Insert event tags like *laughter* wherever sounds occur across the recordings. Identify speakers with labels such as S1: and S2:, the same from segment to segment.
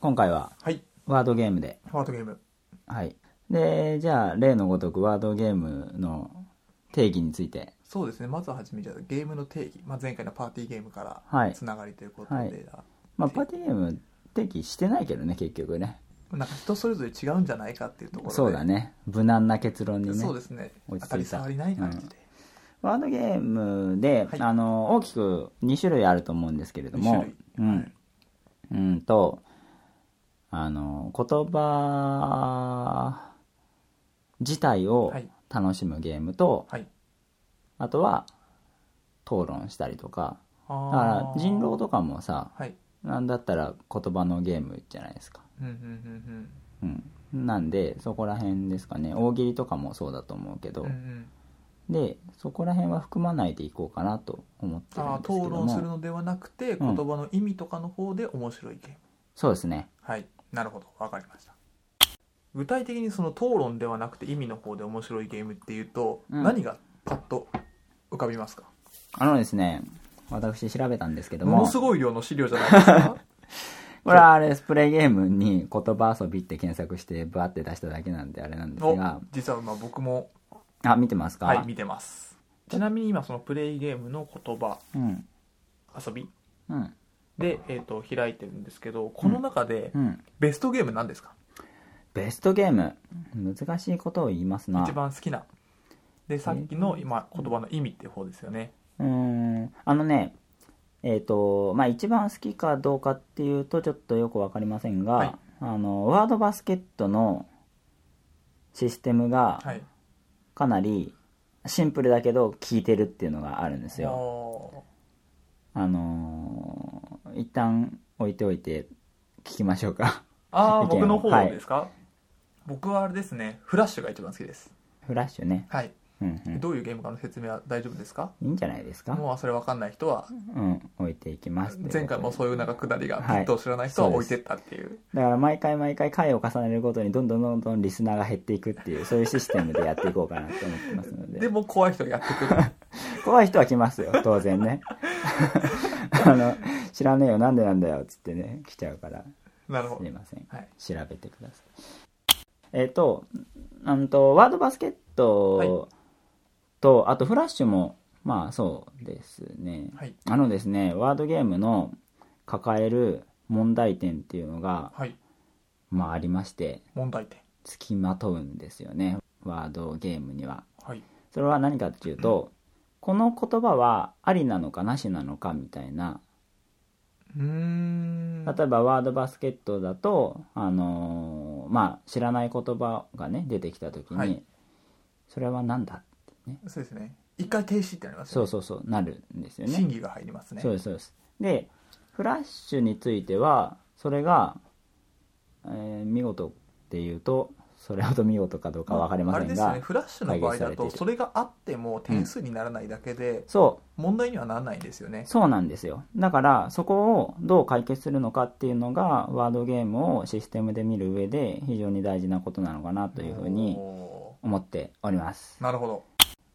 S1: 今回は
S2: はい。
S1: ワードゲームで。
S2: ワードゲーム。
S1: はい。で、じゃあ、例のごとくワードゲームの定義について。
S2: そうですね。まずはじめじゃあゲームの定義。まあ、前回のパーティーゲームか
S1: は
S2: ら
S1: い
S2: つながりということで、
S1: はいまあ、パーティーゲーム定義してないけどね、結局ね。
S2: なんか人それぞれ違うんじゃないかっていうところで。
S1: そうだね。無難な結論にね。
S2: そうですね。
S1: 落ち着いた
S2: 当たり障りない感じで。
S1: ワードゲームで、
S2: はい
S1: あの、大きく2種類あると思うんですけれど
S2: 二
S1: も
S2: 種類、
S1: うん。
S2: はい
S1: うんと、あの、言葉自体を
S2: はい
S1: 楽しむゲームと、
S2: はい。
S1: あとは討論したりとか、
S2: あ
S1: だ
S2: ー
S1: から人狼とかもさ、
S2: はい。
S1: なんだったら言葉のゲームじゃないですか。
S2: うんうんうん
S1: うん。なんで、そこら辺ですかね。大喜利とかもそうだと思うけ
S2: う
S1: ど
S2: ん。うんう、ん。
S1: で、そこら辺は含まないでいこうかなと思ってる
S2: あ
S1: ん
S2: ー
S1: ですけど
S2: 討論する
S1: も。
S2: のではなくて、
S1: うん
S2: 言葉の意味とかの方で面白いゲーム。
S1: そうですね。
S2: はい。なるほど。わかりました。具体的にその討論ではなくて意味の方で面白いゲームっていうと、
S1: うん
S2: 何がパッと浮かびますか
S1: あのですね、私調べたんですけど
S2: も
S1: も
S2: の、すごい量の資料じゃないです
S1: *laughs*
S2: か
S1: これはあれです、プレイゲームに言葉遊びって検索してバーって出しただけなんであれなんです
S2: お
S1: が、
S2: 実はまあ僕も、
S1: あ、見てますか
S2: はい、見てます。ちなみに今そのプレイゲームの言葉、
S1: うん。
S2: 遊び
S1: うん。
S2: で、えっ、と、開いてるんですけど、この中で
S1: うん。
S2: ベストゲーム何ですか、
S1: ベストゲーム。難しいことを言いますな。
S2: 一番好きな。で、さっきの今言葉の意味っていう方ですよね。
S1: うーん。あのね、えっ、と、まあ、一番好きかどうかっていうとちょっとよくわかりませんが、
S2: はい
S1: あの、ワードバスケットのシステムが
S2: はい。
S1: かなりシンプルだけど効いてるっていうのがあるんですよ。
S2: お
S1: あのー一旦置いておいて聞きましょうか。
S2: あ
S1: 意見
S2: あ、
S1: を
S2: 僕の方
S1: はい
S2: ですか、僕はあれですね、フラッシュが一番好きです。
S1: フラッシュね。
S2: はい。
S1: うんうん。
S2: どういうゲームかの説明は大丈夫ですか
S1: いいんじゃないですか
S2: もうそれわかんない人は、
S1: うん、置いていきます。
S2: 前回もそういうなんか下りが、ピ
S1: はい
S2: ットを知らない人は置いてったっていう。
S1: だから毎回毎回回を重ねるごとにどんどんどんどんリスナーが減っていくっていう、そういうシステムでやっていこうかなと思ってますの
S2: で
S1: で。
S2: も怖い人がやってくる。
S1: 怖い人は来ますよ、当然ね。 *laughs* あの、知らねえよ、なんでなんだよ、つってね、来ちゃうから、
S2: なるほ
S1: す
S2: ど
S1: い。ません。
S2: はい。
S1: 調べてください。えっ、と、うんと、ワードバスケットと、あとフラッシュも、まあそうですね。
S2: はい。
S1: あのですね、ワードゲームの抱える問題点っていうのが、
S2: はい。
S1: まあありまして、
S2: 問題点。
S1: つきまとうんですよねワードゲームには
S2: はい。
S1: それは何かっていうと、この言葉はありなのかなしなのかみたいな
S2: うーん。
S1: 例えばワードバスケットだと、あのーまあ知らない言葉がね出てきた時に、
S2: はい
S1: それは何だってね
S2: そうですね。一回停止ってなります
S1: そ
S2: よ
S1: う
S2: ね。
S1: そうそうなるんですよね
S2: 審議が入りますね
S1: そう。ですそうですでフラッシュについてはそれが、えー見事っていうとそれほど見事かどうか分かりません
S2: あ
S1: が、
S2: れですね、フラッシュの場合
S1: 解決さ
S2: だ
S1: れてい
S2: と、
S1: る
S2: それがあっても点数にならないだけで、
S1: そう
S2: 問題にはならないんですよね。
S1: そうなんですよ。だから、そこをどう解決するのかっていうのが、ワードゲームをシステムで見る上で、非常に大事なことなのかなというふうに
S2: お
S1: 思っております
S2: ー。なるほど。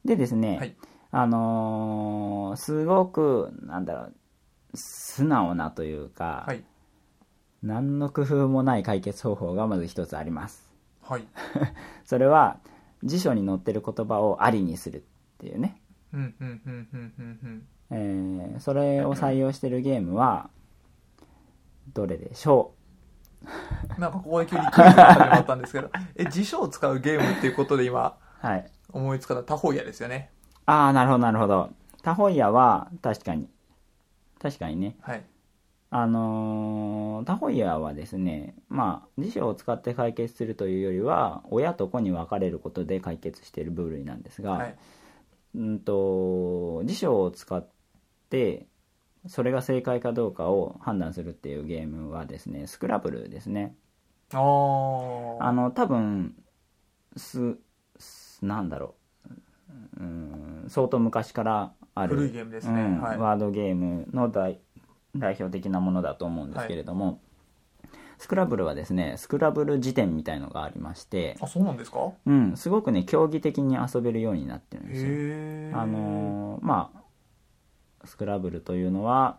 S1: でですね、
S2: はい
S1: あのーすごく、なんだろう、素直なというか、
S2: はい。
S1: 何の工夫もない解決方法がまず一つあります。
S2: はい。
S1: それは、辞書に載ってる言葉をありにするっていうね。
S2: うんうんうんうんうんうん。
S1: えーそれを採用してるゲームは、どれでしょう
S2: なんかここで急にクイズが始まったんで
S1: *laughs*
S2: すけど、え、辞書を使うゲームっていうことで今、
S1: はい。
S2: 思いつかたタホイヤですよね。
S1: ああ、なるほど、なるほど。タホイヤは、確かに。確かにね。
S2: はい。
S1: あのータホイヤはですね、まあ、辞書を使って解決するというよりは、親と子に分かれることで解決している部類なんですが、
S2: はい。
S1: うんと、辞書を使って、それが正解かどうかを判断するっていうゲームはですね、スクラブルですね。
S2: あー。
S1: あの、多分、す、すなんだろう。うん、相当昔からある。
S2: 古いゲームですね。
S1: うん
S2: はい。
S1: ワードゲームの代代表的なものだと思うんですけれども、スクラブルはですねスクラブル辞典みたいのがありまして、
S2: あ、そうなんですか
S1: うん、すごくね競技的に遊べるようになってるんですよ。
S2: へえ。
S1: あのーまあスクラブルというのは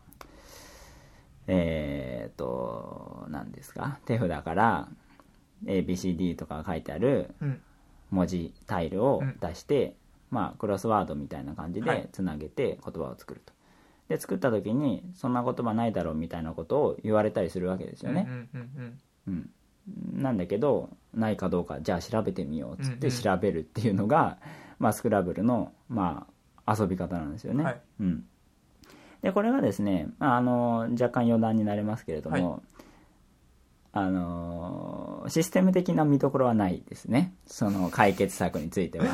S1: えー、となんですか手札から ABCD とか書いてある
S2: うん
S1: 文字タイルを出して、まあ、クロスワードみたいな感じ
S2: はい
S1: でつなげて言葉を作ると、で作った時にそんな言葉ないだろうみたいなことを言われたりするわけですよね、
S2: うんうんうん
S1: うん、なんだけどないかどうかじゃあ調べてみようっつっ
S2: う
S1: て
S2: んうん
S1: 調べるっていうのが、まあ、スクラブルの、まあ、遊び方なんですよね、
S2: はい
S1: うん、でこれがですね、まあ、あの若干余談になりますけれども、あのシステム的な見どころはないですねその解決策について
S2: *laughs*
S1: は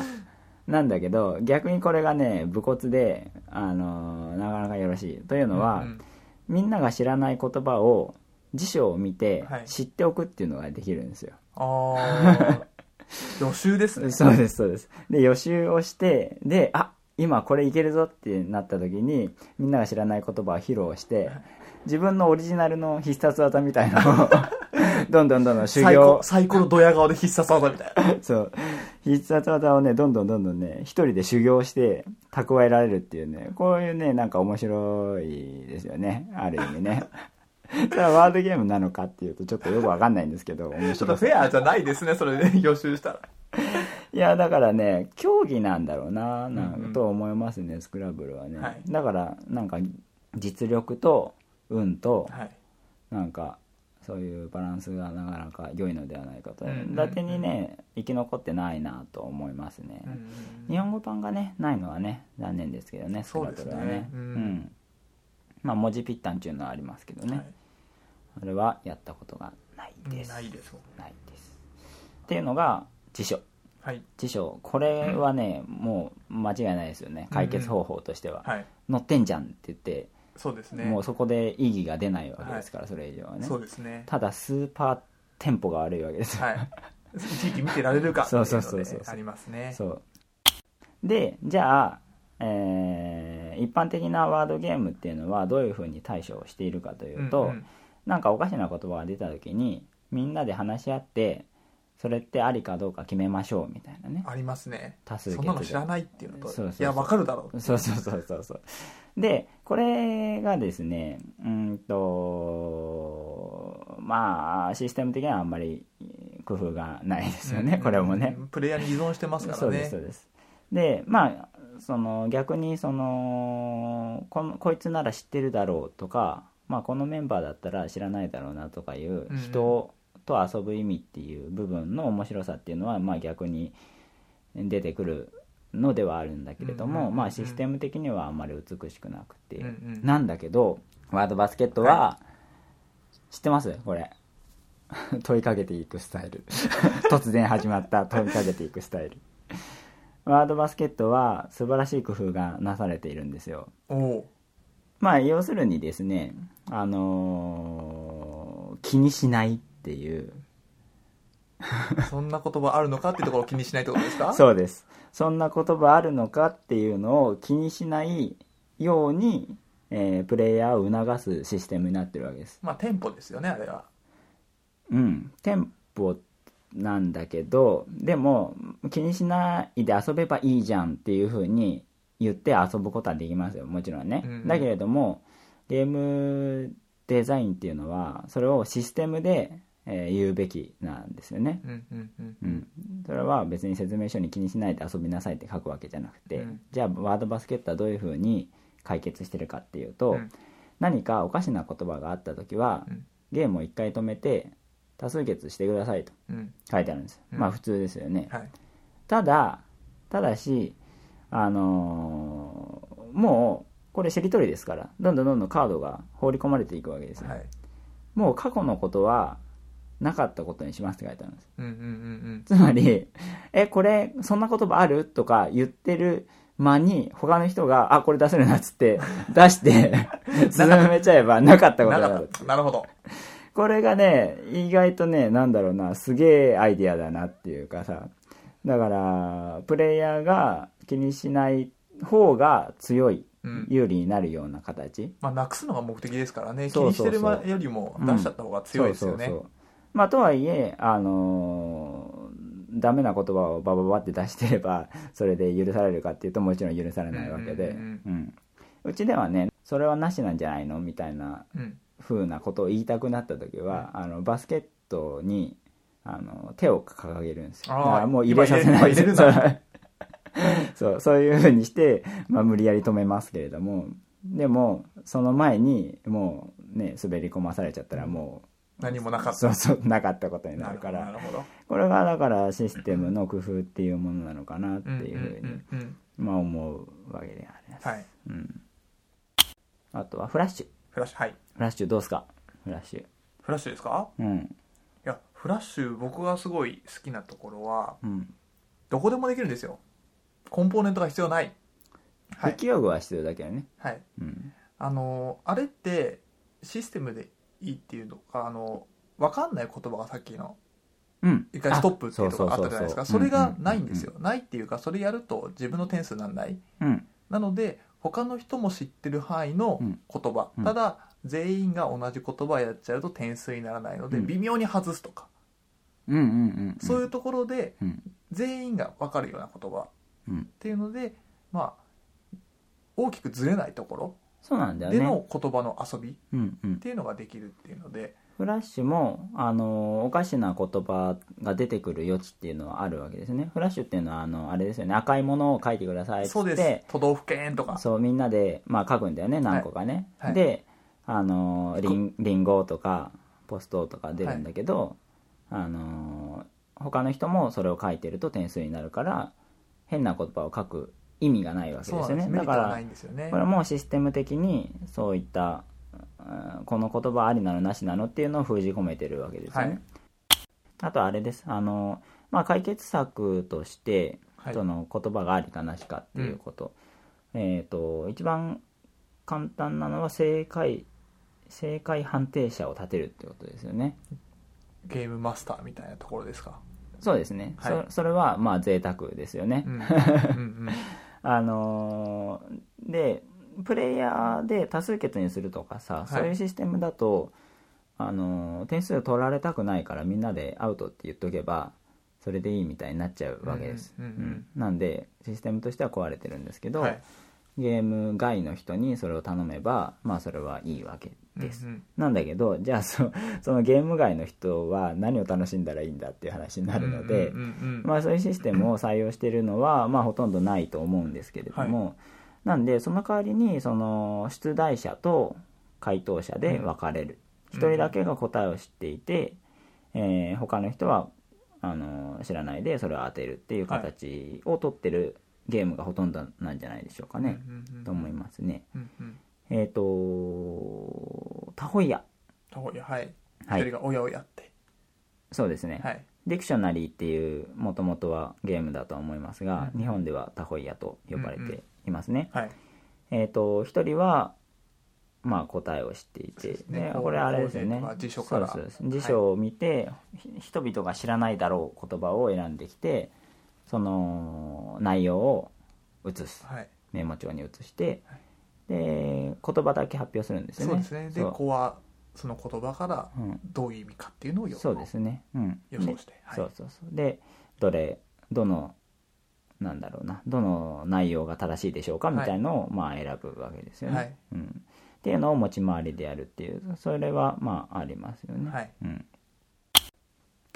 S1: なんだけど逆にこれがね武骨で、あのなかなかよろしいという
S2: うん
S1: のは、
S2: うんうん
S1: みんなが知らない言葉を辞書を見て
S2: はい
S1: 知っておくっていうのができるんですよ、 *laughs*
S2: ああ予習ですね
S1: そうですそうですで予習をしてであ今これいけるぞってなった時にみんなが知らない言葉を披露して自分のオリジナルの必殺技みたいなのをどんどんどんどん修
S2: 最高
S1: 行
S2: 最高のドヤ顔で必殺技みたいな
S1: そう必殺技をねどんどんどんどんね一人で修行して蓄えられるっていうねこういうねなんか面白いですよねある意味ねそれはワードゲームなのかっていうとちょっとよくわかんないんですけど面
S2: ちょっ
S1: 白
S2: と
S1: い
S2: フェアじゃないですねそれで、予習したら
S1: いやだからね競技なんだろうなな
S2: うんうん
S1: んと思いますね、スクラブルはね、
S2: はい
S1: だからなんか実力と運と
S2: はい
S1: なんかそういうバランスがなかなか良いのではないかと、
S2: うんうんうん
S1: だてにね生き残ってないなと思いますね、
S2: うん
S1: 日本語版がねないのはね残念ですけどねスク
S2: そう
S1: ラ
S2: で
S1: ブ
S2: す
S1: ル
S2: ね
S1: はね
S2: うん
S1: んまあ文字ぴったんっていうのはありますけどね、
S2: はい
S1: あれはやったことがないです
S2: ないですもん
S1: ないですっていうのが辞書
S2: はい
S1: 辞書これはね、もう間違いないですよね解決方法としては、
S2: はい
S1: 載ってんじゃんって言って、
S2: そうですね
S1: もうそこで意義が出ないわけですから、それ以上はね
S2: そうですね
S1: ただスーパーテンポが悪いわけですよ、
S2: はい *laughs* 一時期見てられるかってい
S1: そうそう
S2: う
S1: そうそ
S2: の
S1: う
S2: でありますね
S1: そうでじゃあ、えー一般的なワードゲームっていうのはどういうふうに対処をしているかというと、
S2: うんうん
S1: なんかおかしな言葉が出た時にみんなで話し合ってそれってありかどうか決めましょうみたいなね
S2: ありますね
S1: 多数
S2: そ
S1: 決
S2: ん
S1: で
S2: なの知らないっていうの
S1: そうそう
S2: と
S1: そう
S2: いやわかるだろう
S1: そう *laughs* そうそうそうそうでこれがですねうーんとまあシステム的にはあんまり工夫がないですよね、これもね、
S2: プレイヤーに依存してますか
S1: そ
S2: ら
S1: うですそ
S2: ね
S1: うですでまあその逆にそのこのこいつなら知ってるだろうとか、まあ、このメンバーだったら知らないだろうなとかいう
S2: うん
S1: 人と遊ぶ意味っていう部分の面白さっていうのは、まあ、逆に出てくるのではあるんだけれど
S2: うんうん
S1: も、
S2: うんうん
S1: まあ、システム的にはあんまり美しくなくて、
S2: うんうん
S1: なんだけどワードバスケットは、知ってますこれ *laughs* 問いかけていくスタイル *laughs* 突然始まった問いかけていくスタイルワードバスケットは素晴らしい工夫がなされているんですよ
S2: おお
S1: まあ要するにですねあのー気にしないっていう
S2: うそんな言葉あるのかっていうところを気にしないってことですか
S1: そうですそんな言葉あるのかっていうのを気にしないように、えープレイヤーを促すシステムになってるわけです
S2: まあテンポですよねあれは
S1: うん、テンポなんだけどでも気にしないで遊べばいいじゃんっていう風に言って遊ぶことはできますよもちろんね、
S2: うん
S1: だけれどもゲームデザインっていうのはそれをシステムで、えー言うべきなんですよね、
S2: うんうんうん
S1: うん、それは別に説明書に気にしないで遊びなさいって書くわけじゃなくて、
S2: うん
S1: じゃあワードバスケットはどういう風に解決してるかっていうと、
S2: うん
S1: 何かおかしな言葉があった時は、
S2: うん
S1: ゲームを一回止めて多数決してくださいと
S2: うん
S1: 書いてあるんですよ、
S2: うん
S1: まあ普通ですよね、
S2: はい
S1: ただただしあのーもうこれしりとりですからどんどんどんどんカードが放り込まれていくわけですよ、
S2: はい
S1: もう過去のことはなかったことにしますって書いてあるんです
S2: うんうんうん
S1: つまり「えこれそんな言葉ある?」とか言ってる間に他の人が「あこれ出せるな」っつって出して
S2: *laughs*
S1: *laughs* 進めちゃえばなかった
S2: うん
S1: こと
S2: な
S1: にな
S2: か
S1: る
S2: ったなるほど
S1: これがね意外とねなんだろうなすげえアイディアだなっていうかさだからプレイヤーが気にしない方が強い、
S2: うん
S1: 有利になるような形
S2: まあなくすのが目的ですからね気
S1: そう
S2: に
S1: そ
S2: し
S1: うそ
S2: て
S1: う
S2: るよりも出しちゃった方が強いですよね
S1: うまあとはいえあのーダメな言葉をバババって出してればそれで許されるかっていうともちろん許されないわけで、
S2: うんうん
S1: うんうちではねそれはなしなんじゃないのみたいな
S2: うん
S1: 風なことを言いたくなった時は、あのバスケットにあの手を掲げるんですよ
S2: あー
S1: だからもう入れさせない
S2: 今入れ今入
S1: そ
S2: れ
S1: う *laughs* そうそういう風にして、まあ、無理やり止めますけれどもでもその前にもうね滑り込まされちゃったらも
S2: 何もな
S1: う、
S2: かった
S1: そうそうなかったことになるから
S2: なるほどなる
S1: これがだからシステムの工夫っていうものなのかなって
S2: ほどうん
S1: いう風に、
S2: うんうんうん
S1: まあ、思うわけであります、
S2: はい
S1: うん、あとはフラッシュ
S2: フラッシュはい
S1: フラッシュどうすかフラッシュ
S2: フラッシュですか
S1: うん
S2: いやフラッシュ僕がすごい好きなところは
S1: うん
S2: どこでもできるんですよコンポーネントが必要ないはい
S1: 筆記用具は必要だけどね
S2: はい
S1: うん
S2: あのあれってシステムでいいっていうのかあの分かんない言葉がさっきの
S1: うん
S2: 一回ストップっていうとこがあったじゃないですかそれがないんですよないっていうかそれやると自分の点数なんない
S1: うん
S2: なので他の人も知ってる範囲の
S1: うん
S2: 言葉、
S1: うん
S2: ただ全員が同じ言葉やっちゃうと点数にならないので
S1: うん
S2: 微妙に外すとか、
S1: うんうんうんうん
S2: そういうところで
S1: うん
S2: 全員が分かるような言葉っ
S1: うん
S2: ていうのでまあ大きくずれないとこ
S1: そうなんだ
S2: ろ
S1: よ
S2: で
S1: ね
S2: の言葉の遊びっ
S1: うんうん
S2: ていうのができるっていうので
S1: フラッシュも、あのおかしな言葉が出てくる余地っていうのはあるわけですねフラッシュっていうのはあのあれですよね赤いものを書いてくださいっつって
S2: そうです都道府県とか
S1: そうみんなで、まあ、書くんだよね何個かね、
S2: はい
S1: であのーリンリンゴとかポストとか出るんだけど、あのー他の人もそれを書いてると点数になるから変な言葉を書く意味がないわけ
S2: そう
S1: で
S2: な
S1: す
S2: ん
S1: よ
S2: で
S1: ねだ
S2: すメリット
S1: か
S2: がな
S1: ら
S2: いんですよね
S1: これもシステム的にそういったうんこの言葉ありなのなしなのっていうのを封じ込めてるわけですよね、
S2: はい
S1: あとあれですあのーまあ解決策として
S2: はい
S1: その言葉がありかなしかっていうこと、えっ、と一番簡単なのは正解正解判定者を立てるってことですよね
S2: ゲームマスターみたいなところですか、
S1: そうですね、
S2: はい
S1: そそれはまあ贅沢ですよね
S2: う、ん
S1: *laughs*
S2: うんうん
S1: あのーでプレイヤーで多数決にするとかさ、
S2: い
S1: そういうシステムだと、あのー点数取られたくないからみんなでアウトって言っとけばそれでいいみたいになっちゃうわけです、
S2: うんうんうんうん
S1: なんでシステムとしては壊れてるんですけど、
S2: はい
S1: ゲーム外の人にそれを頼めばまあそれはいいわけです、
S2: うんうん
S1: なんだけどじゃあそそのゲーム外の人は何を楽しんだらいいんだっていう話になるので、
S2: うんうんうんうん
S1: まあ、そういうシステムを採用しているのは、まあ、ほとんどないと思うんですけれども、なんでその代わりにその出題者と回答者で分かれる一、
S2: うん
S1: 人だけが答えを知っていて、えー他の人はあの知らないでそれを当てるっていう形を取ってるゲームがほとんどなんじゃないでしょうかね、
S2: うんうんうん
S1: と思いますね。
S2: うんうん
S1: えっ、とタホイヤ
S2: とこいやはい一
S1: はい
S2: 人がおやおやって
S1: そうですね、
S2: はい
S1: ディクショナリーっていうもともとはゲームだとは思いますが、
S2: うん
S1: 日本ではタホイヤと呼ばれていますね、
S2: はい
S1: えっ、と一人はまあ答えを知ってい
S2: そう
S1: て、
S2: ですね
S1: で
S2: こう
S1: これあれですよ
S2: こ
S1: ね
S2: ういうとか辞書から
S1: そうですそうです辞書を見て、ひ人々が知らないだろう言葉を選んできてその内容を写す
S2: はい
S1: メモ帳に写して
S2: はい
S1: で言葉だけ発表するんですよね
S2: そうですねで
S1: そう
S2: 子はその言葉から
S1: うん
S2: どういう意味かっていうのを予
S1: そうですね、うん、
S2: 予想してはい
S1: そうそうそうでどれどのなんだろうなどの内容が正しいでしょうか
S2: はい
S1: みたいのを、まあ選ぶわけですよね、
S2: はい
S1: うん、っていうのを持ち回りでやるっていうそれはまあありますよね、
S2: はい
S1: うん、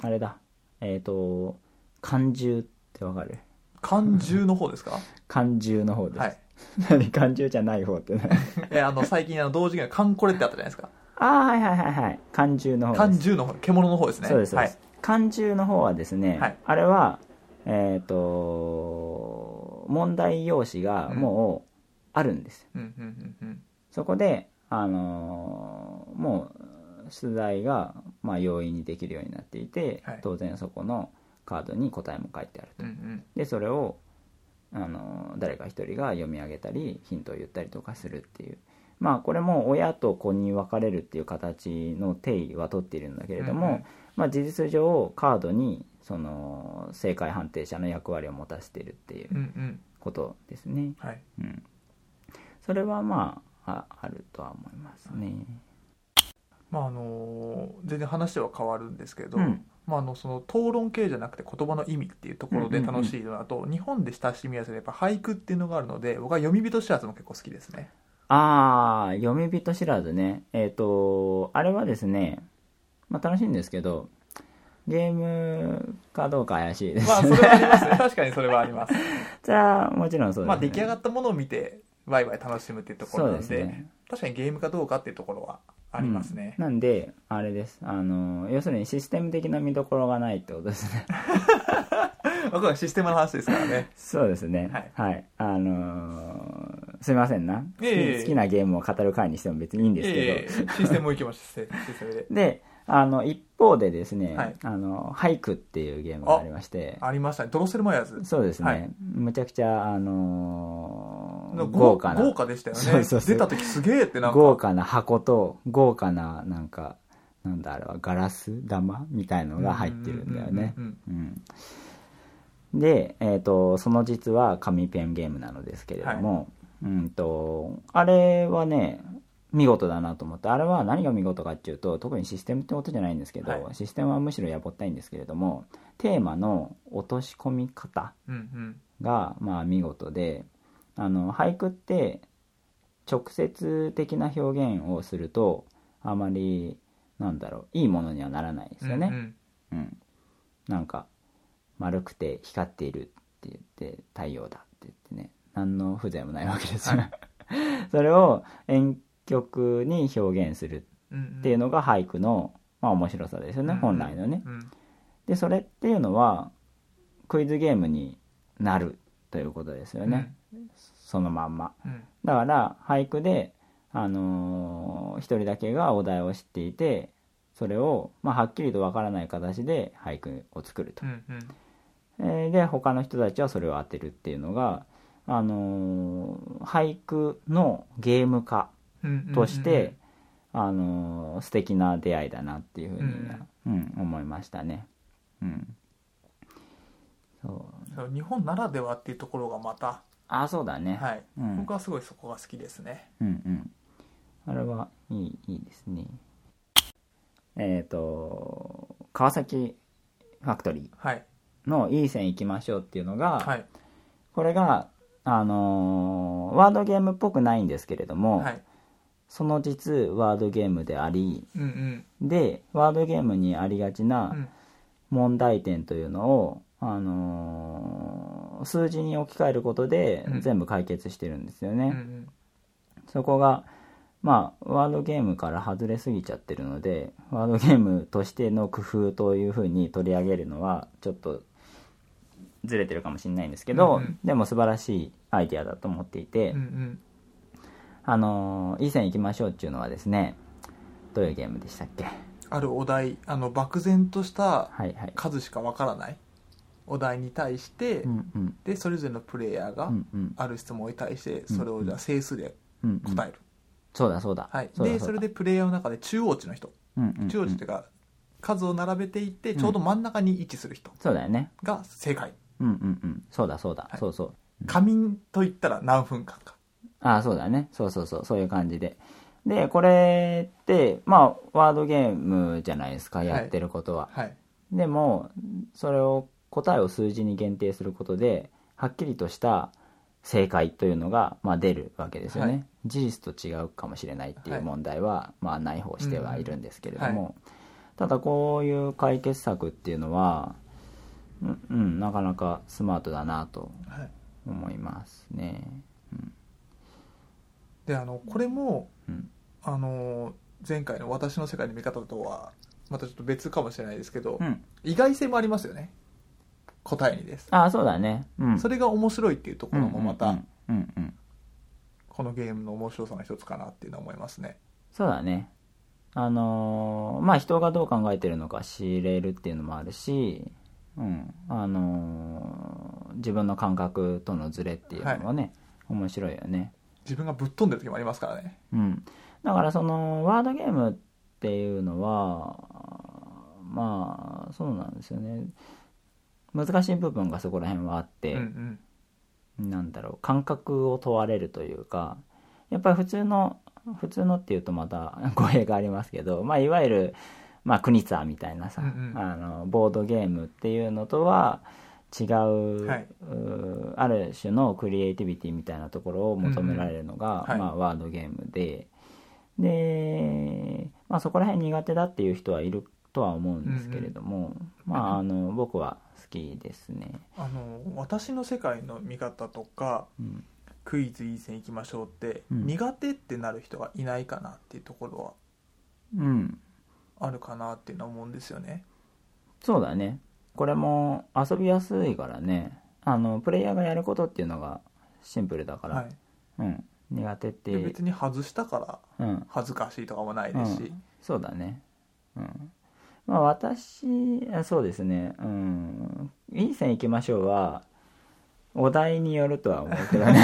S1: あれだえっ、と漢獣ってわかる
S2: 漢獣の方ですか
S1: 漢獣の方です、
S2: はい
S1: *laughs*
S2: *laughs*
S1: 何漢獣じゃない方って何 *laughs*
S2: えあの最近あの同時期の漢これってあったじゃないですか
S1: ああはいはいはいはい漢獣の方です
S2: 漢獣の方獣の方ですね
S1: そうですそう
S2: は
S1: で
S2: い
S1: す、漢字の方はですね、
S2: はい
S1: あれはえっ、と問題用紙がもうあるんですよ、
S2: うんうんうんうん
S1: そこであのーもう出題がまあ容易にできるようになっていて、
S2: はい
S1: 当然そこのカードに答えも書いてある
S2: うんうん
S1: でそれをあの誰か一人が読み上げたりヒントを言ったりとかするっていうまあこれも親と子に分かれるっていう形の定義は取っているんだけれども、
S2: うんうん
S1: まあ、事実上カードにその正解判定者の役割を持たせているっていう
S2: うんうん
S1: ことですね、
S2: はい
S1: うん、それはまあああるとは思いますね、
S2: まああのー全然話は変わるんですけど
S1: うん
S2: まあ、あのその討論系じゃなくて言葉の意味っていうところで
S1: *laughs*
S2: 楽しいのだと、日本で親しみやすいやっぱ俳句っていうのがあるので僕は読み人知らずも結構好きですね
S1: ああ、読み人知らずね。えっ、と、あれはですね、まあ楽しいんですけど、ゲームかどうか怪しいです。
S2: まあ、それはありますね。確かにそれはあります。
S1: *laughs* じゃあ、もちろんそうです、ね。
S2: まあ、出来上がったものを見て、ワイワイ楽しむっていうところなんで、
S1: そうですね
S2: 確かにゲームかどうかっていうところはありますね。
S1: うんなんで、あれです。あの、要するにシステム的な見どころがないってことです
S2: *laughs*
S1: ね。
S2: 僕はシステムの話ですからね。
S1: そうですね。
S2: はい
S1: あのーすいませんな、
S2: いえいえいえ
S1: 好き好きなゲームを語る回にしても別にいいんですけど。
S2: ええシステムも行きました、システムで。
S1: で、あの、一方でですね、
S2: はい
S1: あの、ハイクっていうゲームがありまして、
S2: ありましたね。ドロセルマイヤーズ
S1: そうですね、
S2: はい
S1: むちゃくちゃ、あのー
S2: の
S1: 豪華な
S2: 豪華でしたよね。
S1: そうそうそう
S2: 出た時すげえってなんか。
S1: 豪華な箱と豪華ななんかなんだあれはガラス玉みたいのが入ってるんだよね
S2: うんうんうん
S1: うんで、えー、とその実は紙ペンゲームなのですけれども、うんとあれはね見事だなと思ってあれは何が見事かっていうと特にシステムってことじゃないんですけど、
S2: はい
S1: システムはむしろやぼったいんですけれどもテーマの落とし込み方
S2: うんうん。
S1: がまあ見事であの俳句って直接的な表現をするとあまりなんだろういいものにはならないですよね。
S2: う
S1: うん
S2: うんん
S1: なんか丸くて光っているって言って太陽だって言ってね何の風情もないわけですよ。 *laughs* それを遠曲に表現する
S2: うん
S1: っていうのが俳句の、まあ、面白さですよね、
S2: うん
S1: 本来のね。
S2: うん
S1: でそれっていうのはクイズゲームになるということですよね。そのまんま
S2: うんうん
S1: だから俳句で、あのー一人だけがお題を知っていてそれを、まあ、はっきりとわからない形で俳句を作ると
S2: う、んうん
S1: えーで他の人たちはそれを当てるっていうのが、あのー俳句のゲーム化
S2: うんうん
S1: として、あのー素敵な出会いだなっていうふうには、うん思いましたね。うん、そう
S2: そう日本ならではっていうところがまた、
S1: あそうだね、
S2: はい
S1: うん
S2: 僕はすごいそこが好きですね
S1: うんうん。あれはいい、いいですね。えっ、と、川崎ファクトリ
S2: はい
S1: ーのいい線行きましょうっていうのが、
S2: はい
S1: これが、あのーワードゲームっぽくないんですけれども、
S2: はい
S1: その実ワードゲームであり、
S2: うんうん
S1: で、ワードゲームにありがち
S2: う
S1: なん問題点というのを、あのー数字に置き換えることで
S2: うん
S1: 全部解決してるんですよね。
S2: うんうん
S1: そこが、まあ、ワードゲームから外れすぎちゃってるので、ワードゲームとしての工夫というふうに取り上げるのは、ちょっと、ずれてるかもしれないんですけど、
S2: うんうん
S1: でも素晴らしいアイデアだと思っていて、
S2: うんうん
S1: あのー、以前行きましょうっていうのはですね、どういうゲームでしたっけは
S2: あるお題あの漠然とした
S1: いはい。
S2: 数しかわからないお題に対して、
S1: うんうん。
S2: でそれぞれのプレイヤーが
S1: うんうん。
S2: ある質問に対してそれをじゃあ整数で
S1: うんうん
S2: 答える、
S1: そうだそうだ。
S2: はい、
S1: うだう
S2: で
S1: だ
S2: それでプレイヤーの中で中央値の人
S1: うんうんうん
S2: 中央値というか数を並べていってちょうど真ん中に位置する人
S1: そうだよね。
S2: が正解
S1: うんうんうん。そうだそうだ。
S2: はい
S1: そうそう。
S2: 仮眠といったら何分間か
S1: ああ、そうだね。そうそうそう。そういう感じで。で、これって、まあ、ワードゲームじゃないですか、
S2: い
S1: やってることは。
S2: はい
S1: でも、それを、答えを数字に限定することで、はっきりとした正解というのが、まあ、出るわけですよね。
S2: は
S1: 事実と違うかもしれないってい
S2: は
S1: う
S2: い
S1: 問題は、まあ、ない方してはいるんですけれども、
S2: うんうんは
S1: ただ、こういう解決策っていうのは、うん、うん、なかなかスマートだなと
S2: はい
S1: 思いますね。
S2: であのこれも、
S1: うん
S2: あの前回の「私の世界の見方」とはまたちょっと別かもしれないですけど、
S1: うん。
S2: 意外性もありますよね答えにです、
S1: ああ、そうだね。うん。
S2: それが面白いっていうところもまた、
S1: うんうんうんうんうん
S2: このゲームの面白さの一つかなっていうのは思いますね
S1: そうだねあのーまあ人がどう考えてるのか知れるっていうのもあるし、うんあのー自分の感覚とのズレっていうのもね、面白いよね
S2: 自分がぶっ飛んでる時もありますからね
S1: うんだからそのワードゲームっていうのはまあそうなんですよね難しい部分がそこら辺はあって、
S2: うんうん
S1: なんだろう感覚を問われるというかやっぱり普通の普通のっていうとまた *laughs* 語弊がありますけど、まあ、いわゆる、まあ、クニツァーみたいなさ、
S2: うんうん
S1: あのボードゲームっていうのとは違う,、
S2: はいう
S1: ある種のクリエイティビティみたいなところを求められるのが、
S2: うんうん
S1: まあ、ワードゲームでで、まあ、そこら辺苦手だっていう人はいるとは思うんですけれども、まあ、あの僕は好きですね。
S2: あの私の世界の見方とか
S1: うん
S2: クイズいい線いきましょうって、
S1: うん
S2: 苦手ってなる人がいないかなっていうところ
S1: うん
S2: はあるかなっていうのは思うんですよね
S1: そうだねこれも遊びやすいからねあのプレイヤーがやることっていうのがシンプルだから、
S2: はい
S1: うん、苦手っ
S2: で
S1: て
S2: 別に外したから
S1: うん、
S2: 恥ずかしいとかもないですし、
S1: そうだねうんまあ私あそうですねうんいい線いきましょうはお題によるとは思うけ
S2: *laughs*
S1: どね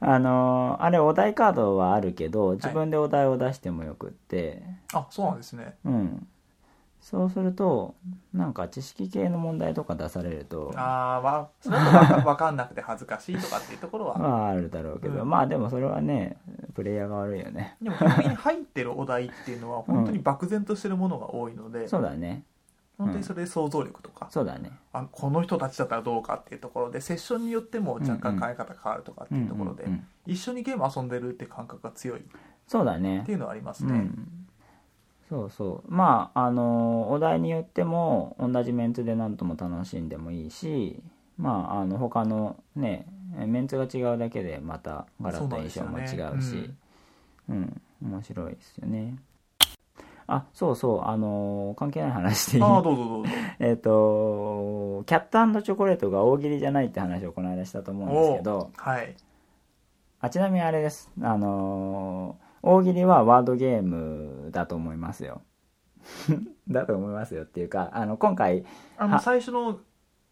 S1: あのあれお題カードはあるけど自分でお題を出してもよくって、
S2: あそうなんですね
S1: うんそうするとなんか知識系の問題とか出されると
S2: ああまあそれだと分かんなくて恥ずかしいとかっていうところは
S1: まああるだろうけど、
S2: うん
S1: まあでもそれはねプレイヤーが悪いよね
S2: でも基本的に入ってるお題っていうのは本当に漠然としてるものが多いので、
S1: そうだね
S2: 本当にそれで想像力とか、
S1: そうだね
S2: あこの人たちだったらどうかっていうところでセッションによっても若干考え方変わるとかっていうところで、
S1: うんうんうん
S2: 一緒にゲーム遊んでるって感覚が強いっ
S1: そうだね
S2: ていうのはあります
S1: う
S2: ね、
S1: ん、そうそうまああのお題によっても同じメンツで何とも楽しんでもいいしまああの他のねメンツが違うだけでまたガラッと印象も違
S2: そうなん
S1: う
S2: です
S1: し
S2: よね
S1: うん、面白いですよねあそうそうあの関係ない話でいい
S2: ああどうぞどうぞ
S1: *laughs* えっ、とキャットチョコレートが大喜利じゃないって話をこの間したと思うんですけど
S2: はい
S1: あちなみにあれですあのー大喜利はワードゲームだと思いますよ *laughs* だと思いますよっていうかあの今回
S2: あの最初の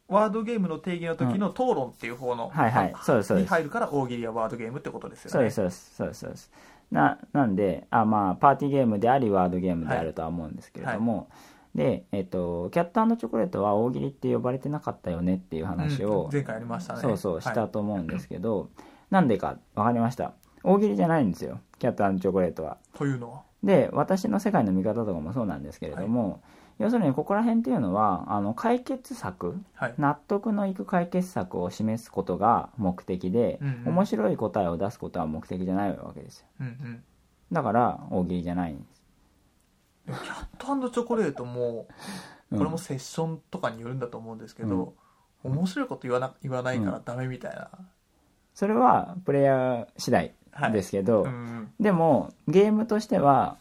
S2: ワードゲームの定義の時の討論っていう方の、
S1: はいはいそうですそう
S2: に
S1: です
S2: 入るから大喜利はワードゲームってことですよね
S1: そうですそうですそうですそうですななんであまあパーティーゲームでありワードゲームであるとは思うんですけれども、で、えっとキャットチョコレートは大喜利って呼ばれてなかったよねっていう話を、
S2: うん前回ありましたね
S1: そうそうし
S2: は
S1: た
S2: い
S1: と思うんですけど、なんでか分かりました大喜利じゃないんですよキャットチョコレートは
S2: というのは
S1: で私の世界の見方とかもそうなんですけれども、要するにここら辺っていうのはあの解決策
S2: はい
S1: 納得のいく解決策を示すことが目的で、
S2: うんうん
S1: 面白い答えを出すことは目的じゃないわけですよ
S2: うんうん
S1: だから大喜利じゃないんです、
S2: でもキャットチョコレートも
S1: うん
S2: これもセッションとかによるんだと思うんですけど、面白いこと言わな言わないからダメみたいな、
S1: それはプレイヤー次第
S2: はい
S1: ですけど、
S2: うん
S1: でもゲームとしては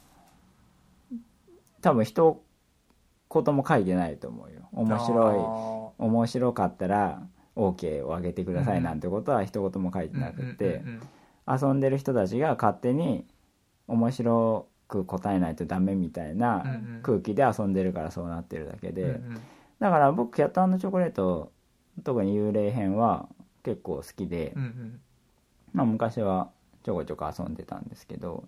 S1: 多分一言も書いてないと思うよ面白
S2: 白
S1: い面白かったら OK をあげてくださいなんてことは一言も書いてなくて、遊んでる人たちが勝手に面白く答えないとダメみたいな
S2: うんうん
S1: 空気で遊んでるからそうなってるだけで、だから僕キャットチョコレート特に幽霊編は結構好きで、まあ、昔はちょこちょこ遊んでたんですけど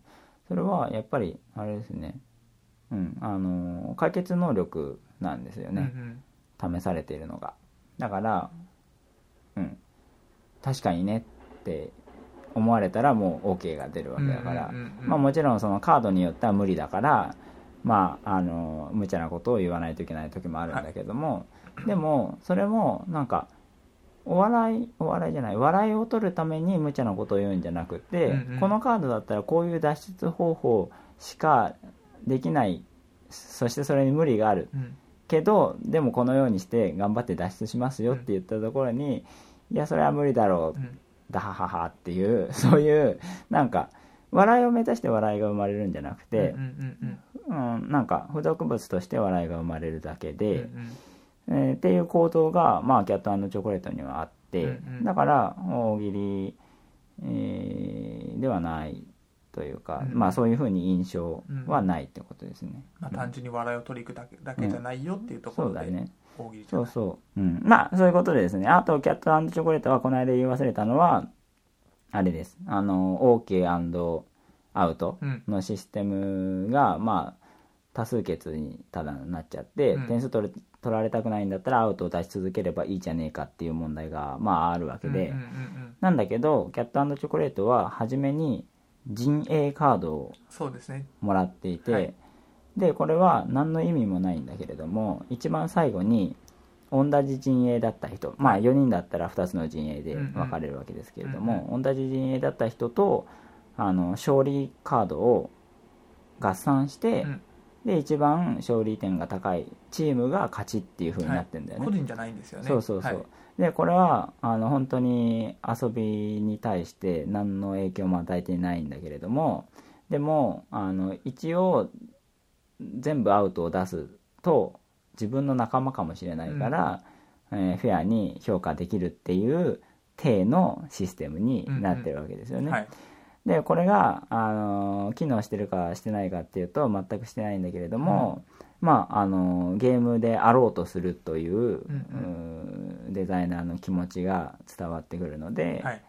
S1: それはやっぱりあれですねうんあの解決能力なんですよね、試されているのがだからうん確かにねって思われたらもう OK が出るわけだから、まあ、もちろんそのカードによっては無理だからまああの無茶なことを言わないといけない時もあるんだけども、でもそれもなんかお笑いお笑いじゃない笑いを取るために無茶なことを言うんじゃなくて、
S2: うんうん
S1: このカードだったらこういう脱出方法しかできないそしてそれに無理があるけどでもこのようにして頑張って脱出しますよって言ったところに、いやそれは無理だろうダハハハっていう *laughs* そういうなんか笑いを目指して笑いが生まれるんじゃなくて、うんなんか付属物として笑いが生まれるだけで、えーっていう行動が、まあ、キャットチョコレートにはあって、
S2: うんうん
S1: だから大喜利、えーではないというか、
S2: うん
S1: まあ、そういうふうに印象はないってことですね。うん
S2: 単純に笑いを取り行くだけだけじゃないよっていうとこ
S1: そ
S2: ろ
S1: うだ
S2: で
S1: ね
S2: 大喜利じゃ
S1: そ
S2: な
S1: う
S2: い
S1: そう、うん、まあそういうことでですねあとキャットチョコレートはこの間言い忘れたのはあれですあの OK& アウト
S2: うん
S1: のシステムがまあ多数決にただなっちゃって、
S2: うん
S1: 点数取れ取られたくないんだったらアウトを出し続ければいいじゃねえかっていう問題がまああるわけで、
S2: うんうんうん
S1: なんだけどキャットチョコレートは初めに陣営カードを
S2: そうですね
S1: もらっていて、
S2: はい
S1: でこれは何の意味もないんだけれども一番最後に同じ陣営だった人まあ4人だったら2つの陣営で分かれるわけですけれども、同じ陣営だった人とあの勝利カードを合算して、
S2: うん
S1: で一番勝利点が高いチームが勝ちっていう風になってんだよね、
S2: 個人じゃないんですよね
S1: そうそうそう、
S2: はい
S1: でこれはあの本当に遊びに対して何の影響も与えていないんだけれどもでもあの一応全部アウトを出すと自分の仲間かもしれないから、えーフェアに評価できるっていう体のシステムになってるわけですよね。
S2: はい
S1: でこれが、あのー機能してるかしてないかっていうと全くしてないんだけれども、まああのーゲームであろうとするという,、うーデザイナーの気持ちが伝わってくるので、
S2: はい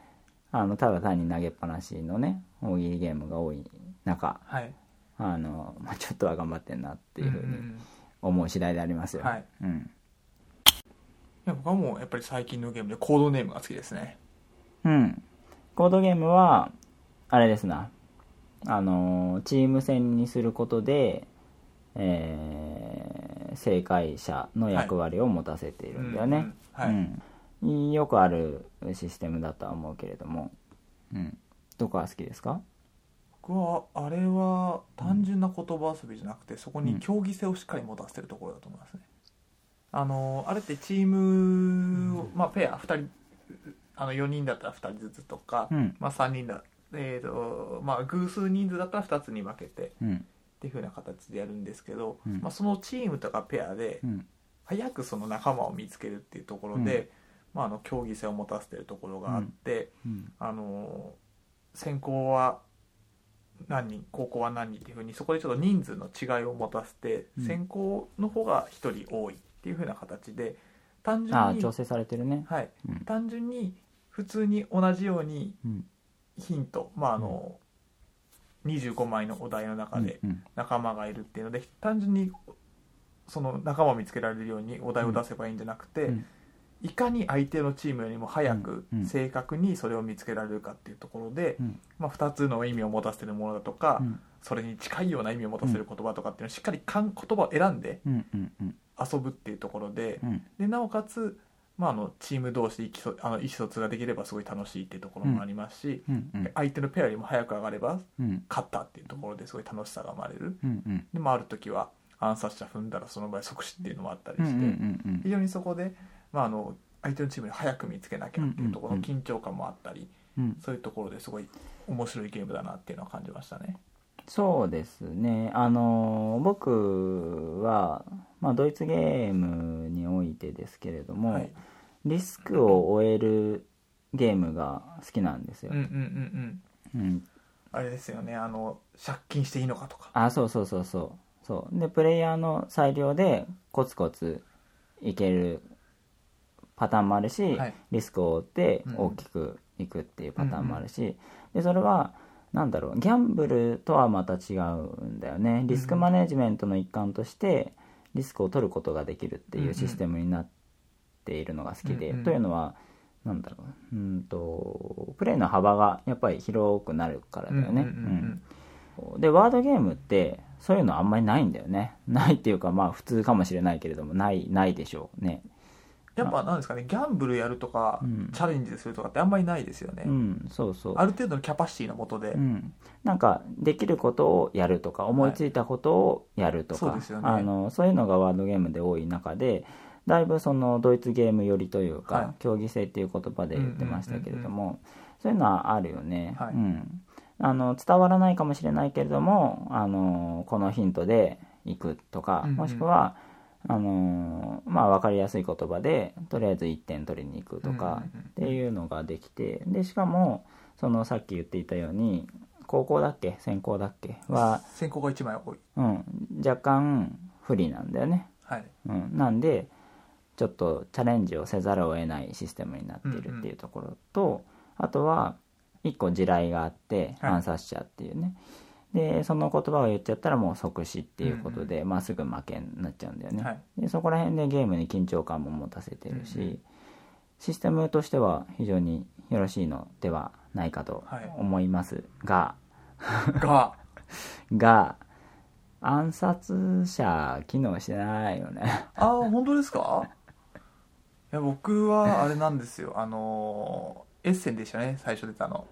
S1: あのただ単に投げっぱなしのね大喜利ゲームが多い中、
S2: はいっ
S1: あのーまあ、ちょっとは頑張ってんなっていうふうに
S2: ん
S1: 思う次第でありますよ。
S2: はいい
S1: うん
S2: や僕はもうやっぱり最近のゲームでコードネームが好きですね
S1: うん、コードゲームはあれですなあのーチーム戦にすることで、えー正解者の役割を持たせているんだよね、
S2: うんうんはい、
S1: うんよくあるシステムだとは思うけれども、うん、どこが好きですか
S2: 僕はあれは単純な言葉遊びじゃなくてそこに競技性をしっかり持たせてるところだと思いますね、あのあれってチームを、まあ、ペア2人あの4人だったら2人ずつとか、
S1: うん
S2: まあ、3人だえーとまあ、偶数人数だったら2つに分けて
S1: うん
S2: っていう風な形でやるんですけど、
S1: うん
S2: まあ、そのチームとかペアで
S1: うん
S2: 早くその仲間を見つけるっていうところで、まあ、あの競技性を持たせてるところがあって、
S1: うん
S2: あの先行は何人高校は何人っていう風にそこでちょっと人数の違いを持たせて、
S1: うん
S2: 先行の方が1人多いっていう風な形で単純
S1: ああ
S2: に
S1: 調整されてるね
S2: はい
S1: うん
S2: 単純に普通に同じように
S1: うん
S2: ヒント、まああの25枚のお題の中で、
S1: うん
S2: 仲間がいるっていうので単純にその仲間を見つけられるようにお題を出せばいいんじゃなくて、
S1: うん
S2: いかに相手のチームよりも早く
S1: うんうん
S2: 正確にそれを見つけられるかっていうところで、
S1: うん
S2: まあ、2つの意味を持たせてるものだとか、
S1: うん
S2: それに近いような意味を持たせる言葉とかっていうのをしっかりかん言葉を選んで
S1: うんうんうん
S2: 遊ぶっていうところで
S1: うん
S2: でなおかつ、まあ、あのチーム同士で意気そあの意思疎通ができればすごい楽しいっていうところもありますし、
S1: うんうん
S2: 相手のペアよりも早く上がれば
S1: うん
S2: 勝ったっていうところですごい楽しさが生まれる。
S1: うんうん
S2: でもある時は暗殺者踏んだらその場合即死っていうのもあったり
S1: うんう
S2: して、
S1: んうん
S2: 非常にそこで、まあ、あの相手のチームに早く見つけなきゃっていうところの緊張感もあったり、
S1: うん
S2: そういうところですごい面白いゲームだなっていうのは感じましたね。
S1: そうですねあの僕は、まあ、ドイツゲームにおいてですけれども、
S2: はい、
S1: リスクを負えるゲームが好きなんですよ、
S2: うんうんうんうん
S1: うん
S2: あれですよねあの借金していいのかとか
S1: あそうそうそうそうそうでプレイヤーの裁量でコツコツいけるパターンもあるし、
S2: はい
S1: リスクを負って
S2: うん
S1: 大きくいくっていうパターンもあるし、でそれはなんだろうギャンブルとはまた違うんだよねリスクマネジメントの一環としてリスクを取ることができるっていうシステムになっているのが好きで、
S2: うんうん
S1: というのはなんだろううんとプレイの幅がやっぱり広くなるからだよね。
S2: うんうんうんうん
S1: うんでワードゲームってそういうのあんまりないんだよねないっていうかまあ普通かもしれないけれどもないないでしょうね
S2: やっぱなんですかねギャンブルやるとか、
S1: うん
S2: チャレンジするとかってあんまりないですよね、
S1: うんそうそう
S2: ある程度のキャパシティのもとで、
S1: うん、なんかできることをやるとか思いついたことをやるとか、
S2: そうですよね
S1: あのそういうのがワードゲームで多い中でだいぶそのドイツゲーム寄りというか、
S2: はい
S1: 競技性っていう言葉で言ってましたけれども、そういうのはあるよね、
S2: はい
S1: うん、あの伝わらないかもしれないけれどもあのこのヒントでいくとか、
S2: うんうん
S1: もしくはあのまあ、分かりやすい言葉でとりあえず1点取りに行くとか、っていうのができてでしかもそのさっき言っていたように高校だっけ専攻だっけは、
S2: 先行が1枚多い、
S1: うん、若干不利なんだよね、
S2: はい、
S1: うん、なんでちょっとチャレンジをせざるを得ないシステムになっているっていうところと、あとは一個地雷があって
S2: はい
S1: 暗殺者っていうね、でその言葉を言っちゃったらもう即死っていうことで、まあ、すぐ負けになっちゃうんだよね、
S2: はい
S1: でそこら辺でゲームに緊張感も持たせてるし、
S2: うんうん
S1: システムとしては非常によろしいのではないかと
S2: はい
S1: 思いますが、
S2: が
S1: が暗殺者機能してないよ
S2: *laughs*
S1: ね
S2: ああ本当ですかいや僕はあれなんですよあのーエッセンでしたね最初出たの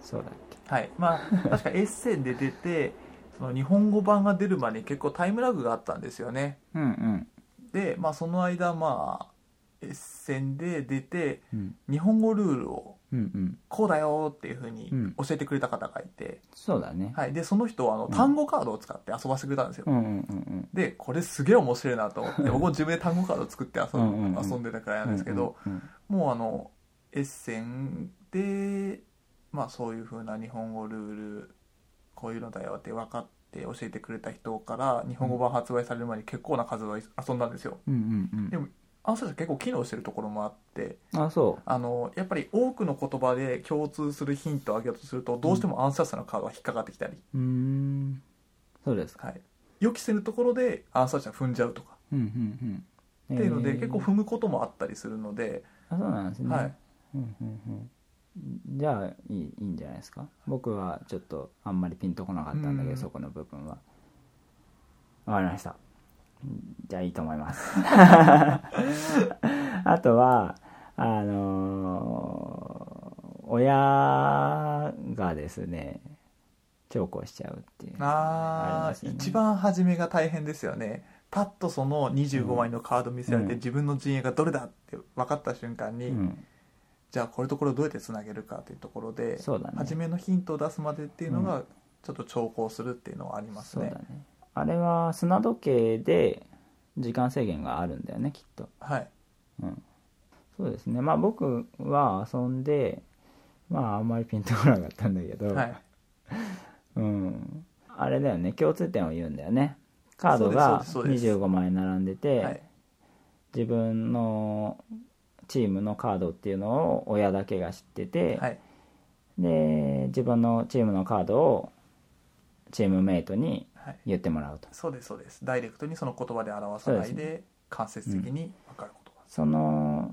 S1: そうだっけ
S2: はいまあ確かエッセンで出てその日本語版が出るまでに結構タイムラグがあったんですよね
S1: うんうん
S2: でまあその間まあエッセンで出て
S1: うん
S2: 日本語ルールを
S1: うんうん
S2: こうだよっていうふうに
S1: うん
S2: 教えてくれた方がいて、
S1: そうだね、
S2: はい、でその人はあの
S1: ん
S2: 単語カードを使って遊ばせてくれたんですよ、
S1: うんうんうん
S2: でこれすげえ面白いなと思
S1: *laughs*
S2: って僕も自分で単語カード作って遊,、
S1: うんうんうん
S2: 遊んでたくら
S1: う
S2: い
S1: ん
S2: なんですけど、
S1: うんうん
S2: もうあのエッセンで、まあ、そういうふうな日本語ルールこういうのだよって分かって教えてくれた人から日本語版発売される前に結構な数を遊んだんですよ
S1: うんうん
S2: でもあの人たち結構機能してるところもあって
S1: うんあそ
S2: あのやっぱり多くの言葉で共通するヒントをあげようとするとどうしても暗殺者のカードが引っかかってきたり、
S1: ううーんそうですか
S2: はい、予期せぬところで暗殺者踏んじゃうとか
S1: うんうんうん
S2: っていうので、結構
S1: ふ
S2: 踏むこともあったりするので、
S1: あそうなんですね、
S2: はい、
S1: うんうんうんじゃあいいいいんじゃないですか僕はちょっとあんまりピンとこなかったんだけど、
S2: うん
S1: そこの部分はわかりましたじゃあいいと思い *laughs* ますあとはあのー親がですね長考しちゃうっていうり
S2: あー
S1: ますよね
S2: 一番初めが大変ですよねパッとその25枚のカード見せられて、
S1: うん
S2: 自分の陣営がどれだって分かった瞬間に、
S1: うん
S2: じゃあこれとこれをどうやってつなげるかというところで、
S1: そうだね
S2: 初めのヒントを出すまでっていうのが、ちょっと調校するっていうのはあります
S1: そう
S2: ね
S1: だねあれは砂時計で時間制限があるんだよねきっと
S2: はい
S1: うん、そうですねまあ僕は遊んでまああんまりピンとこなかったんだけど、
S2: はい
S1: うん、あれだよね共通点を言うんだよねカード
S2: そう
S1: が
S2: ですそうですそうです
S1: 25枚並んでて、
S2: はい
S1: 自分のチームのカードっていうのを親だけが知ってて、
S2: はい
S1: で自分のチームのカードをチームメイトに
S2: はい
S1: 言ってもらうと
S2: そうですそうですダイレクトにその言葉で表さない
S1: そう
S2: で間接的に分かることが、
S1: その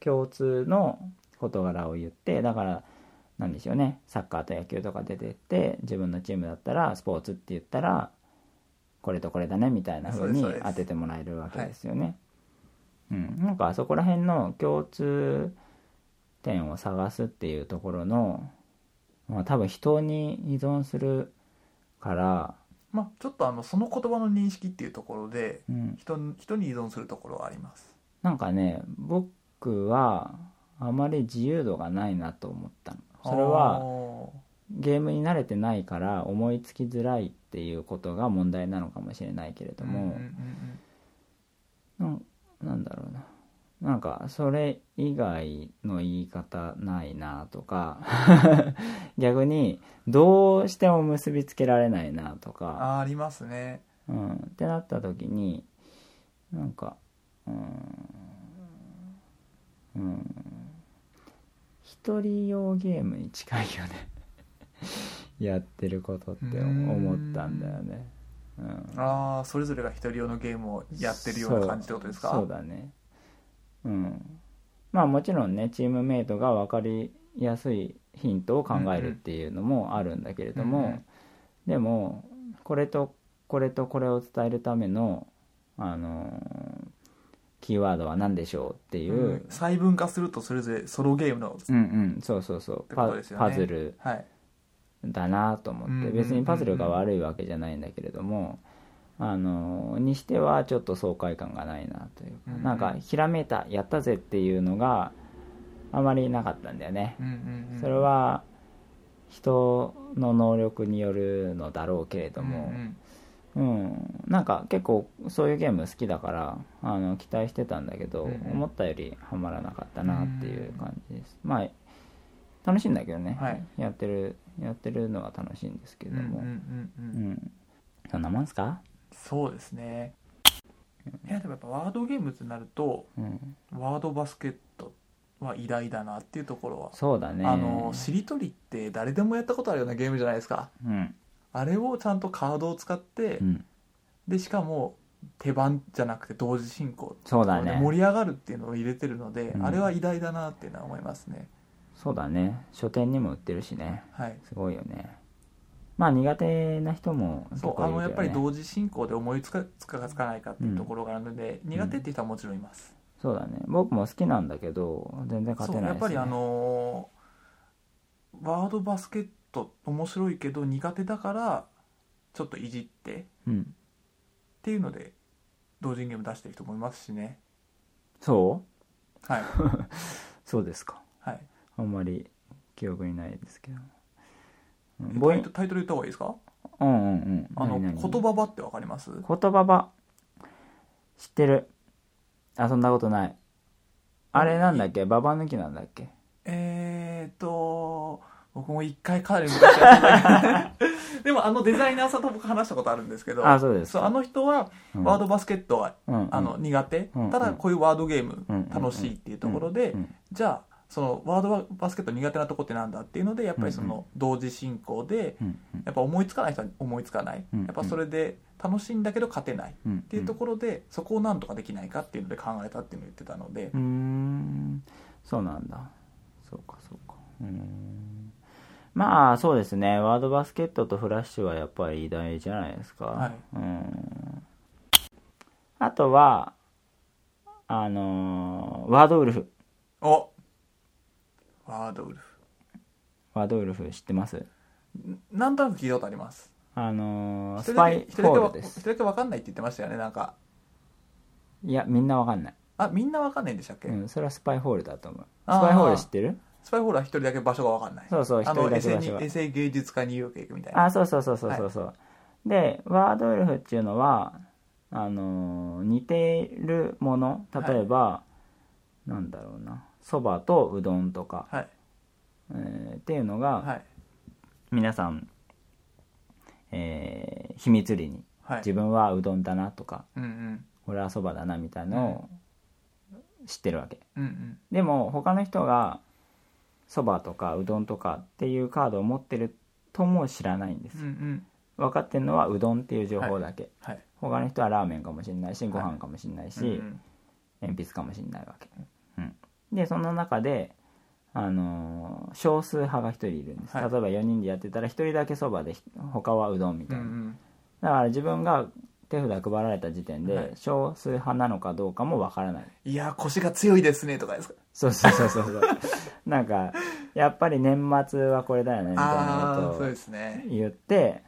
S1: 共通の事柄を言ってだから何でしょうねサッカーと野球とか出てって自分のチームだったらスポーツって言ったらこれとこれだねみたいな風に
S2: そうですそうです
S1: 当ててもらえるわけですよね。うん、なんかそこら辺の共通点を探すっていうところの、まあ、多分人に依存するから、
S2: まあ、ちょっとあのその言葉の認識っていうところで
S1: うん、
S2: 人に人に依存するところはあります
S1: なんかね僕はあまり自由度がないなと思ったのそれは
S2: は
S1: ゲームに慣れてないから思いつきづらいっていうことが問題なのかもしれないけれども、なんなんだろうななんかそれ以外の言い方ないなとか *laughs* 逆にどうしても結びつけられないなとか
S2: あーありますね
S1: うん、ってなった時になんかうんうん一人用ゲームに近いよね *laughs* やってることって思ったんだよねうん
S2: ああそれぞれが一人用のゲームをやってるような感じってことですか
S1: そうそうだねうんまあもちろんねチームメイトが分かりやすいヒントを考えるっていうのもあるんだけれども、
S2: うんうん
S1: でもこれとこれとこれを伝えるためのあのーキーワードは何でしょうっていう、う
S2: うんん、細分化するとそれぞれソロゲームの、
S1: うんそうそうそう、
S2: てこ
S1: パ
S2: とですよね
S1: パズル
S2: はい
S1: だなと思って、
S2: うんうんうんうん
S1: 別にパズルが悪いわけじゃないんだけれどもあのにしてはちょっと爽快感がないなというか、
S2: うんうん
S1: なんかひらめいたやったぜっていうのがあまりなかったんだよね、
S2: うんうんうん
S1: それは人の能力によるのだろうけれども
S2: うんうん
S1: うん、なんか結構そういうゲーム好きだからあの期待してたんだけど、
S2: うんうん
S1: 思ったよりハマらなかったなっていう感じです、まあ楽しいんだけどね、
S2: はい
S1: やってるやってるのは楽しいんですけ
S2: うん
S1: ど
S2: うん
S1: も、
S2: うん
S1: う
S2: うん
S1: んそんなもんすか、
S2: そうですねいやでもやっぱワードゲームってなると
S1: うん、
S2: ワードバスケットは偉大だなっていうところは、
S1: そうだね
S2: あのしりとりって誰でもやったことあるようなゲームじゃないですか
S1: うん
S2: あれをちゃんとカードを使って、
S1: うん、
S2: でしかも手番じゃなくて同時進行
S1: そうだね
S2: 盛り上がるっていうのを入れてるので、
S1: うん
S2: あれは偉大だなっていうのは思いますね
S1: そうだね書店にも売ってるしね
S2: はい
S1: すごいよねまあ苦手な人も結
S2: そう
S1: 構
S2: あ
S1: いるけど、ね、
S2: のやっぱり同時進行で思いつかつかがつかないかっていうところがあるので、
S1: ん
S2: 苦手って人はもちろんいます、
S1: そうだね僕も好きなんだけど全然勝
S2: そ
S1: て
S2: う
S1: な
S2: や
S1: い
S2: っ
S1: です、ね、
S2: ぱりあのーワードバスケット面白いけど苦手だからちょっといじってっ
S1: うん
S2: ていうので同人ゲーム出してる人もいますしね
S1: そう
S2: はい
S1: そうですか *laughs*
S2: はい
S1: あんまり記憶にないですけどうん
S2: え
S1: ボ
S2: タ
S1: イ
S2: イトタイトル言った方がいいですか
S1: うんうんうん
S2: あの
S1: 何
S2: 言
S1: 々
S2: 葉ばってわかります
S1: 言葉ば知ってる遊んだことないあれなんだっけババ抜きなんだっけ
S2: えーっと僕も一回彼に向かってやったけど *laughs* でもあのデザイナーさんと僕話したことあるんですけど
S1: あそうです
S2: そう
S1: か
S2: あの人は
S1: うん
S2: ワードバスケットは、
S1: うんうん
S2: あの苦手、
S1: うん
S2: ただこういうワードゲーム
S1: うん
S2: 楽しいっていうところで、
S1: うん
S2: じゃあそのワードバスケット苦手なとこってなんだっていうのでやっぱりその同時進行で
S1: うんうん
S2: やっぱ思いつかない人は思いつかない、
S1: うん
S2: やっぱそれで楽しいんだけど勝てないっ
S1: うん
S2: ていうところで、そこをなんとかできないかっていうので考えたっていうのを言ってたので、
S1: うーんそうなんだそうかそうかうーんまあそうですねワードバスケットとフラッシュはやっぱり偉大じゃないですか、
S2: はいう
S1: ーんあとはあのーワードウルフ
S2: おワードウルフ
S1: ワードウルフ知ってます
S2: んなんとなく聞いたことあります
S1: あのー
S2: 一人
S1: ス
S2: だ
S1: パ
S2: け
S1: イ
S2: 一
S1: フ
S2: 人だけ
S1: ォー
S2: わ
S1: ルで
S2: 一
S1: す
S2: 人だけ分かんないって言ってましたよねなんか
S1: いやみんなわかんない、
S2: あみんな分かんないんでしたっけ、
S1: うん、それはスパイフォールだと思うス
S2: あー
S1: パイフォール知ってる
S2: スパイフォールは一人だけ場所が分かんない
S1: そうそう一
S2: あの
S1: 人
S2: エ
S1: だけ
S2: セ
S1: 場所
S2: に
S1: が
S2: エセ芸術家ニューヨーク行くみたいな
S1: あそうそうそうそうそうそう、でワードウルフっていうのはあのー似てるもの例えば、なんだろうなそばとうどんとか、
S2: はい
S1: えーっていうのが、
S2: はい
S1: 皆さん、えー秘密裏に
S2: はい
S1: 自分はうどんだなとか、
S2: うんうん
S1: 俺はそばだなみたいのを知ってるわけ
S2: うんうん
S1: でも他の人がそばとかうどんとかっていうカードを持ってるとも知らないんです
S2: うんうん
S1: 分かってるのはうどんっていう情報だけ、
S2: はい
S1: 他の人はラーメンかもしれないし
S2: い
S1: ご飯かもしれないし、
S2: うんうん
S1: 鉛筆かもしれないわけ、うん、でそんな中で、あのー少数派が1人いるんです、
S2: はい
S1: 例えば4人でやってたら1人だけそばでひ他はうどんみ
S2: う
S1: たい
S2: ん
S1: な、
S2: うん
S1: だから自分が手札配られた時点
S2: は
S1: で
S2: い
S1: 少数派なのかどうかもわからない
S2: いや腰が強いですねとかですか
S1: そうそうそうそうそう *laughs* なんかやっぱり年末はこれだよねみたいな
S2: ああー
S1: こ
S2: そう
S1: とを
S2: ですね
S1: 言って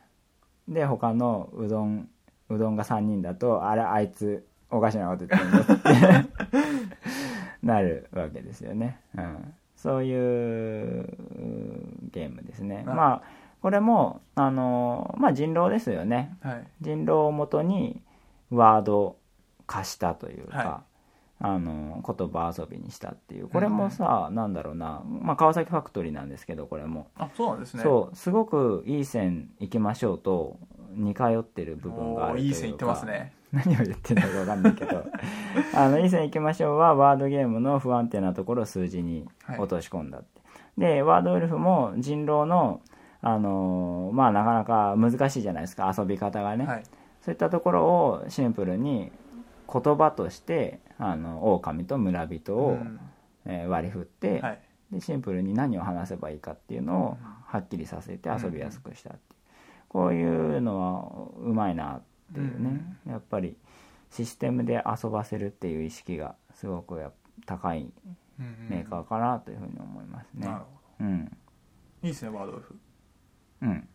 S1: で他のうどんうどんが3人だとあれあいつおかしなこと言ってるぞってなるわけですよね、うん、そういううんゲームですね
S2: あ
S1: まあこれもあのまあ人狼ですよね
S2: はい
S1: 人狼をもとにワードを貸したというか、
S2: は
S1: あの言葉遊びにしたっていうこれもさ、なんだろうな、まあ、川崎ファクトリーなんですけどこれも、
S2: あそうなんですね
S1: そうすごくいい線行きましょうと似通ってる部分があ
S2: お
S1: ると
S2: ー
S1: いうか
S2: いい線いってますね
S1: 何を言ってるのか分かんないけ
S2: *laughs*
S1: ど「あのいい線行きましょう」はワードゲームの不安定なところを数字に落とし込んだって、でワードウルフも人狼のあのーまあなかなか難しいじゃないですか遊び方がね、
S2: はい
S1: そういったところをシンプルに言葉としてあの狼と村人を、
S2: うん
S1: えー割り振って、
S2: はい
S1: でシンプルに何を話せばいいかっていうのをはっきりさせて遊びやすくしたっていう、こういうのはうまいなっていうね、やっぱりシステムで遊ばせるっていう意識がすごくやっぱ高いメーカーかなというふうに思いますね
S2: なるほ
S1: うん
S2: どいいですねワードウルフ
S1: うん